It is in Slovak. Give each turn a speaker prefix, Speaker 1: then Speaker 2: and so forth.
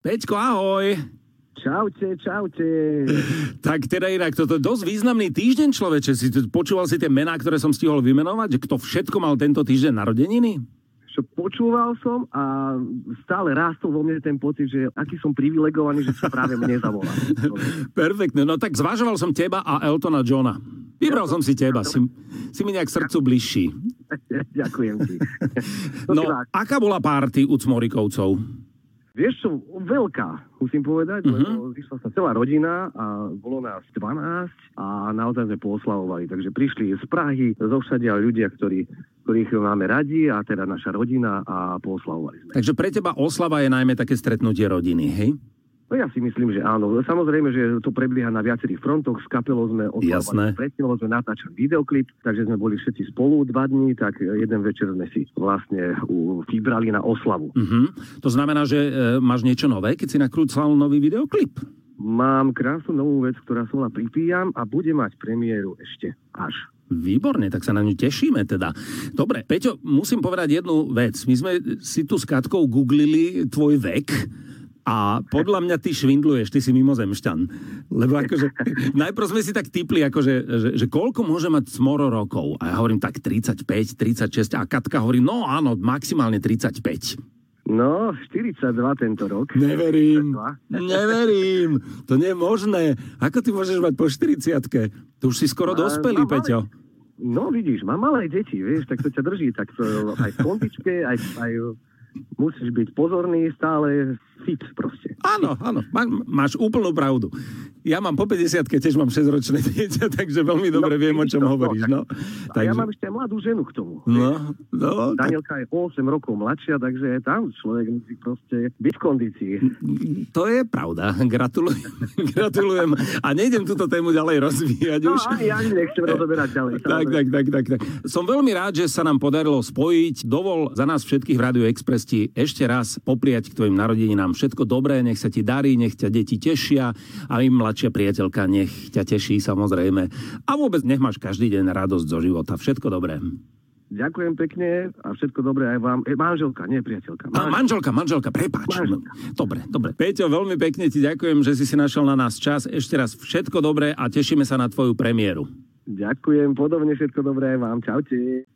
Speaker 1: Peťko, ahoj.
Speaker 2: Čaute, čaute.
Speaker 1: Tak teda inak, toto je dosť významný týždeň, človeče. Si tu- počúval si tie mená, ktoré som stihol vymenovať? Že Kto všetko mal tento týždeň narodeniny?
Speaker 2: Čo počúval som a stále rástol vo mne ten pocit, že aký som privilegovaný, že sa práve mne zavolal.
Speaker 1: Perfektne, no tak zvažoval som teba a Eltona Johna. Vybral som si teba, si, si mi nejak srdcu bližší.
Speaker 2: Ďakujem ti. To
Speaker 1: No,
Speaker 2: si rád.
Speaker 1: aká bola párty u Cmorikovcov?
Speaker 2: Vieš čo, veľká, musím povedať, lebo išla sa celá rodina a bolo nás 12 a naozaj sme poslavovali. Takže prišli z Prahy, zovšadia ľudia, ktorí, ktorých máme radi a teda naša rodina a poslavovali sme.
Speaker 1: Takže pre teba oslava je najmä také stretnutie rodiny, hej?
Speaker 2: No ja si myslím, že áno. Samozrejme, že to prebieha na viacerých frontoch. S kapelou sme
Speaker 1: Jasné.
Speaker 2: oslavovali predtým, lebo sme natáčali videoklip, takže sme boli všetci spolu dva dní, tak jeden večer sme si vlastne u- vybrali na oslavu.
Speaker 1: Mhm. To znamená, že e, máš niečo nové, keď si nakrúcal nový videoklip?
Speaker 2: Mám krásnu novú vec, ktorá sa volá Pripíjam a bude mať premiéru ešte až.
Speaker 1: Výborne, tak sa na ňu tešíme teda. Dobre, Peťo, musím povedať jednu vec. My sme si tu s Katkou googlili tvoj vek a podľa mňa ty švindluješ, ty si mimozemšťan. Lebo akože, najprv sme si tak typli, akože, že, že koľko môže mať smoro rokov. A ja hovorím tak 35, 36 a Katka hovorí, no áno, maximálne 35.
Speaker 2: No, 42 tento rok.
Speaker 1: Neverím,
Speaker 2: 42.
Speaker 1: neverím, to nie je možné. Ako ty môžeš mať po 40 To už si skoro
Speaker 2: A-
Speaker 1: dospelý,
Speaker 2: no, ale-
Speaker 1: Peťo.
Speaker 2: No, vidíš, mám malé deti, vieš, tak to ťa drží, tak to, aj v kondičke, aj, aj musíš byť pozorný, stále fit proste.
Speaker 1: Áno, áno, má, máš úplnú pravdu. Ja mám po 50 tiež mám 6-ročné dieťa, takže veľmi dobre
Speaker 2: No,
Speaker 1: viem, o
Speaker 2: vidíš
Speaker 1: čom
Speaker 2: to, no,
Speaker 1: hovoríš.
Speaker 2: tak-
Speaker 1: No,
Speaker 2: A ja mám ešte aj mladú ženu k tomu.
Speaker 1: no, no, tak,
Speaker 2: Danielka je o 8 rokov mladšia, takže aj tam človek musí proste byť v kondícii.
Speaker 1: to je pravda. Gratulujem. Gratulujem. A nejdem túto tému ďalej rozvíjať
Speaker 2: No
Speaker 1: už.
Speaker 2: a ja ani nechcem rozoberať ďalej.
Speaker 1: Tak, tak, tak, tak, tak. Som veľmi rád, že sa nám podarilo spojiť. Dovol za nás všetkých v Rádiu Express ti ešte raz popriať k tvojim narodeninám všetko dobré, nech sa ti darí, nech ťa deti tešia a im mladšia priateľka nech ťa teší samozrejme. A vôbec nech máš každý deň radosť zo života. Všetko dobré.
Speaker 2: Ďakujem pekne a všetko dobré aj vám. E, manželka, nie priateľka.
Speaker 1: A manželka, manželka, prepáč.
Speaker 2: Manželka.
Speaker 1: Dobre, dobre. Peťo, veľmi pekne ti ďakujem, že si si našiel na nás čas. Ešte raz všetko dobré a tešíme sa na tvoju premiéru.
Speaker 2: Ďakujem, podobne všetko dobré aj vám. Čaute.